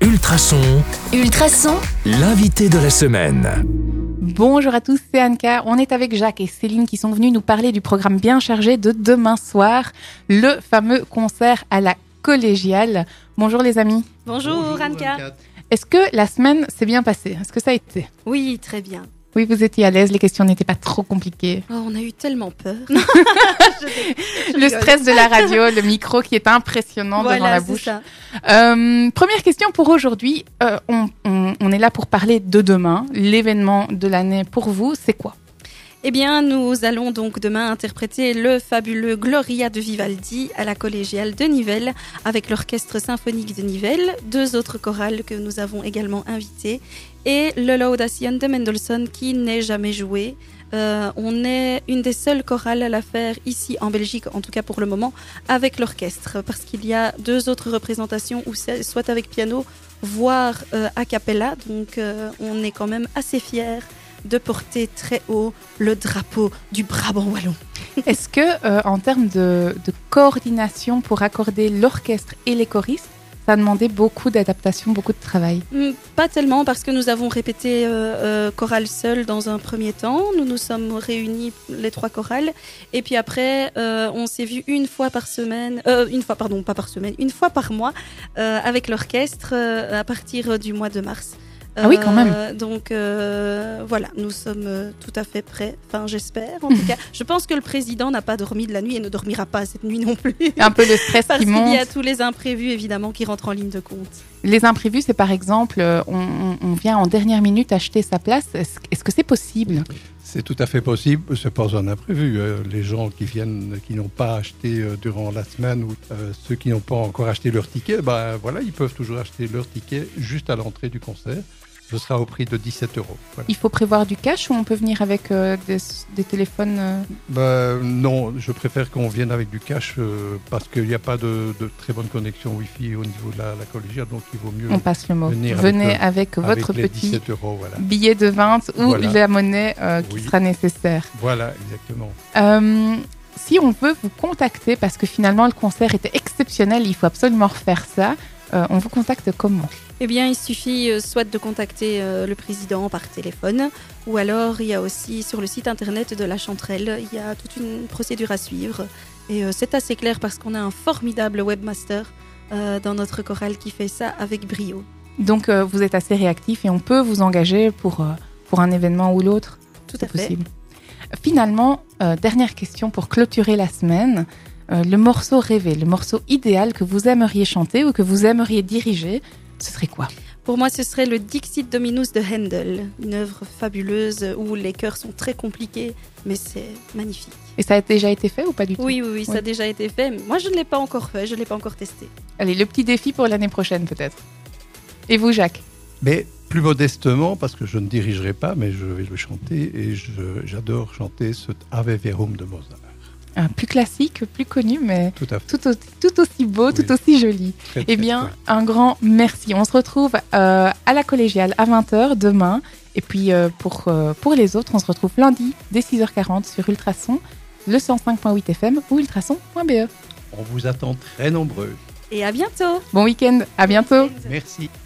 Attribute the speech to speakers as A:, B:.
A: Ultrason,
B: Ultrason,
A: l'invité de la semaine.
C: Bonjour à tous, c'est Anka. On est avec Jacques et Céline qui sont venus nous parler du programme bien chargé de demain soir, le fameux concert à la collégiale. Bonjour les amis.
D: Bonjour, Anka.
C: Est-ce que la semaine s'est bien passée Est-ce que ça a été
D: Oui, très bien.
C: Oui, vous étiez à l'aise, les questions n'étaient pas trop compliquées.
D: Oh, on a eu tellement peur.
C: Le stress de la radio, le micro qui est impressionnant
D: voilà,
C: devant la
D: c'est
C: bouche.
D: ça.
C: Euh, première question pour aujourd'hui. Euh, on, on- on est là pour parler de demain. L'événement de l'année pour vous, c'est quoi
D: Eh bien, nous allons donc demain interpréter le fabuleux Gloria de Vivaldi à la collégiale de Nivelles avec l'orchestre symphonique de Nivelles, deux autres chorales que nous avons également invitées et le Laudation de Mendelssohn qui n'est jamais joué. Euh, on est une des seules chorales à la faire ici en Belgique, en tout cas pour le moment, avec l'orchestre, parce qu'il y a deux autres représentations où c'est soit avec piano, voire euh, a cappella. Donc euh, on est quand même assez fiers de porter très haut le drapeau du Brabant wallon.
C: Est-ce que, euh, en termes de, de coordination pour accorder l'orchestre et les choristes, ça a demandé beaucoup d'adaptation, beaucoup de travail
D: Hmm, Pas tellement parce que nous avons répété euh, euh, chorale seule dans un premier temps. Nous nous sommes réunis les trois chorales et puis après euh, on s'est vu une fois par semaine, euh, une fois pardon pas par semaine, une fois par mois euh, avec l'orchestre euh, à partir du mois de mars.
C: Ah oui, quand même.
D: Euh, donc euh, voilà, nous sommes euh, tout à fait prêts. Enfin j'espère en tout cas. Je pense que le président n'a pas dormi de la nuit et ne dormira pas cette nuit non plus.
C: Un peu le stress
D: Parce
C: qui
D: qu'il
C: monte.
D: y a tous les imprévus évidemment qui rentrent en ligne de compte.
C: Les imprévus, c'est par exemple, euh, on, on- on vient en dernière minute acheter sa place. Est-ce est-ce que c'est possible
E: C'est tout à fait possible, c'est pas un imprévu. euh, les gens qui viennent, qui n'ont pas acheté euh, durant la semaine ou euh, ceux qui n'ont pas encore acheté leur ticket, ben voilà, ils peuvent toujours acheter leur ticket juste à l'entrée du concert. Ce sera au prix de 17 euros. voilà.
C: Il faut prévoir du cash ou on peut venir avec euh, des, des téléphones euh,
E: Ben, non, je préfère qu'on vienne avec du cash euh, parce qu'il n'y a pas de, de très bonne connexion Wi-Fi au niveau de la, la collégiale, donc il vaut mieux
C: On passe le mot.
E: venir avec
C: Venez
E: le-
C: avec,
E: avec
C: votre
E: les
C: petit
E: 17 euros. Voilà,
C: billet de 20 ou
E: Voilà.
C: la monnaie euh, qui
E: Oui.
C: sera nécessaire.
E: voilà exactement.
C: Euh, si on veut vous contacter, parce que finalement le concert était exceptionnel, il faut absolument refaire ça, euh, on vous contacte comment
D: Eh bien, il suffit euh, soit de contacter euh, le président par téléphone, ou alors il y a aussi sur le site internet de la Chanterelle, il y a toute une procédure à suivre. Et euh, c'est assez clair parce qu'on a un formidable webmaster euh, dans notre chorale qui fait ça avec brio.
C: Donc euh, vous êtes assez réactif et on peut vous engager pour, euh, pour un événement ou l'autre,
D: Tout à
C: c'est
D: fait.
C: possible. Finalement, euh, dernière question pour clôturer la semaine. Euh, le morceau rêvé, le morceau idéal que vous aimeriez chanter ou que vous aimeriez diriger, ce serait quoi
D: Pour moi, ce serait le Dixit Dominus de Handel, une œuvre fabuleuse où les chœurs sont très compliqués, mais c'est magnifique.
C: Et ça a déjà été fait ou pas du tout
D: Oui, oui, oui, ça
C: Ouais.
D: a déjà été fait. mais Moi, je ne l'ai pas encore fait, je ne l'ai pas encore testé.
C: Allez, le petit défi pour l'année prochaine peut-être. Et vous, Jacques
E: Mais plus modestement, parce que je ne dirigerai pas, mais je vais le chanter et je- j'adore chanter ce Ave Verum de Mozart.
C: Euh, Plus classique, plus connu, mais
E: Tout à fait.
C: tout aussi, tout aussi beau,
E: Oui.
C: tout aussi joli.
E: Très, très,
C: Eh bien,
E: très.
C: un grand merci. On se retrouve euh, à la collégiale à 20h demain. Et puis euh, pour, euh, pour les autres, on se retrouve lundi dès 6h40 sur Ultrason, le 105.8 FM ou ultrason.be.
E: on vous attend très nombreux.
D: Et à bientôt
C: Bon week-end, à bientôt.
E: Merci.